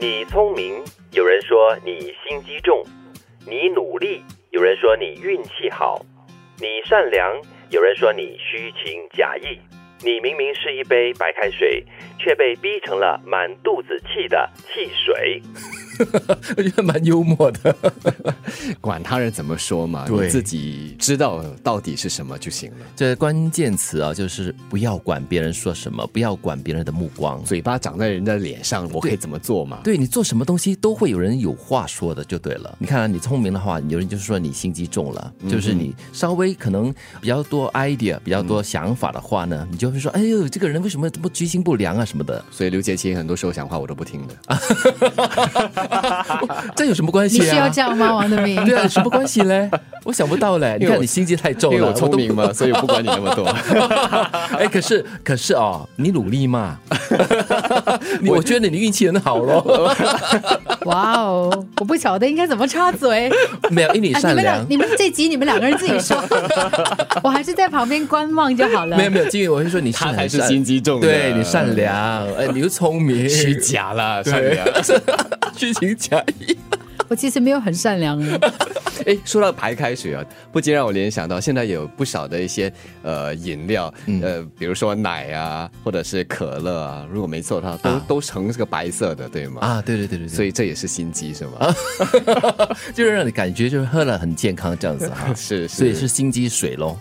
你聪明，有人说你心机重；你努力，有人说你运气好；你善良，有人说你虚情假意。你明明是一杯白开水，却被逼成了满肚子气的汽水。我觉得蛮幽默的。 管他人怎么说嘛，对你自己知道到底是什么就行了。这关键词啊，就是不要管别人说什么，不要管别人的目光。嘴巴长在人的脸上，我可以怎么做嘛？对你做什么东西都会有人有话说的，就对了。你看、啊、你聪明的话，有人就说你心机重了，就是你稍微可能比较多 idea、比较多想法的话呢，你就会说，哎呦，这个人为什么这么居心不良啊什么的，所以刘杰清很多时候讲话我都不听的。 这有什么关你系啊？需要这样吗，王德明？ 对啊，有什么关系嘞？我想不到嘞。你因为看我你心机太重 因为了，我都聪不 明嘛，所以我不管你那么多。哎，可是可是哦，你努力 嘛，你我觉得你运气很好咯。啊哇哦，我不晓得应该怎么插嘴。没有，因为你啊，你善们良俩，。你们这集你们两个人自己 说，我还是在旁边观望就好了。没有没有，金宇，我会说你他很才是善心机重的对你善良，哎，你又聪明，虚假啦，啊善良。 虚情假意。我其实没有很善良啊。哎，说到白开水啊，不禁让我联想到现在有不少的一些呃饮料，呃，比如说奶啊，或者是可乐啊，如果没错的话，都、都成这个白色的，对吗？啊，啊，对对对对对，所以这也是心机是吗？，就是让你感觉就是喝了很健康这样子哈是，所 以是心机水咯。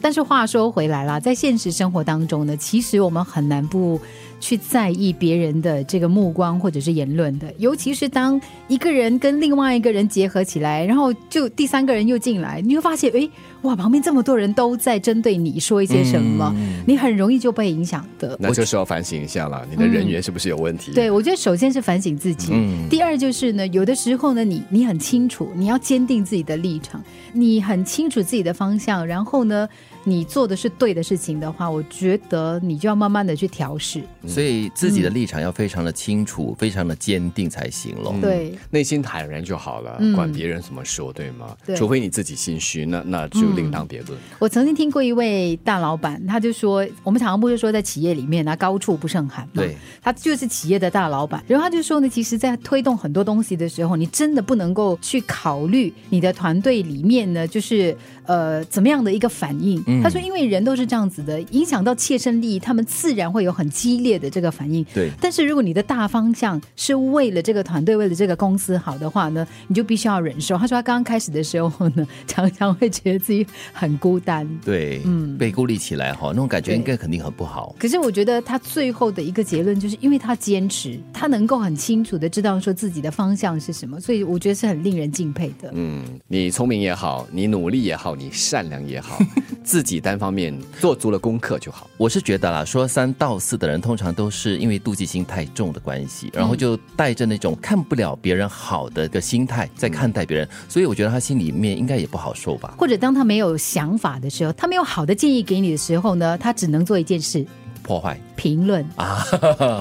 但是话说回来啦，在现实生活当中呢，其实我们很难不去在意别人的这个目光或者是言论的，尤其是当一个人跟另外一个人结合起来，然后就第三个人又进来，你会发现，诶，哇，旁边这么多人都在针对你说一些什么，嗯你很容易就被影响的。那就是要反省一下了，你的人缘是不是有问题？对，我觉得首先是反省自己，第二就是呢，有的时候呢，你你很清楚，你要坚定自己的立场，你很清楚自己的方向，然后呢，你做的是对的事情的话，我觉得你就要慢慢的去调试。所以自己的立场要非常的清楚，非常的坚定才行咯。对，内心坦然就好了，嗯管别人怎么说，对吗？对除非你自己心虚，那那就另当别论。我曾经听过一位大老板，他就说，我们常常不是说在企业里面呢、高处不胜寒嘛，对，他就是企业的大老板。然后他就说呢，其实，在推动很多东西的时候，你真的不能够去考虑你的团队里面呢，就是呃怎么样的一个反应。他说，因为人都是这样子的，影响到切身利益，他们自然会有很激烈的这个反应。对但是如果你的大方向是为了这个团队、为了这个公司好的话呢，你就必须要忍受。他说他刚刚开始的时候呢，常常会觉得自己很孤单。对，嗯被孤立起来哈，那种感觉应该肯定很不好。可是我觉得他最后的一个结论就是，因为他坚持，他能够很清楚的知道说自己的方向是什么，所以我觉得是很令人敬佩的。嗯，你聪明也好，你努力也好，你善良也 好，自己单方面做足了功课就好。我是觉得啦，说三道四的人，通常都是因为妒忌心太重的关系，然后就带着那种看不了别人好的一个心态在看待别人，所以我觉得他心里面应该也不好受吧。或者当他没有想法的时候，他没有好的建议给你的时候呢，他只能做一件事：破坏评论。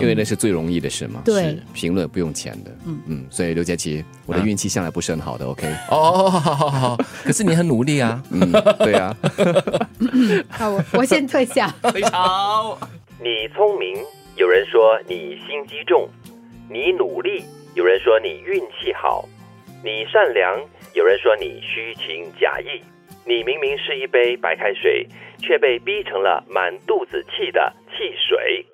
因为那是最容易的事嘛。对是，评论不用钱的。嗯嗯，所以刘佳琪，我的运气向来不是很好的。OK，哦，好好好，可是你很努力啊。嗯，对啊，好，啊我 我先退下。你聪明，有人说你心机重；你努力，有人说你运气好；你善良，有人说你虚情假意。你明明是一杯白开水，却被逼成了满肚子气的汽水。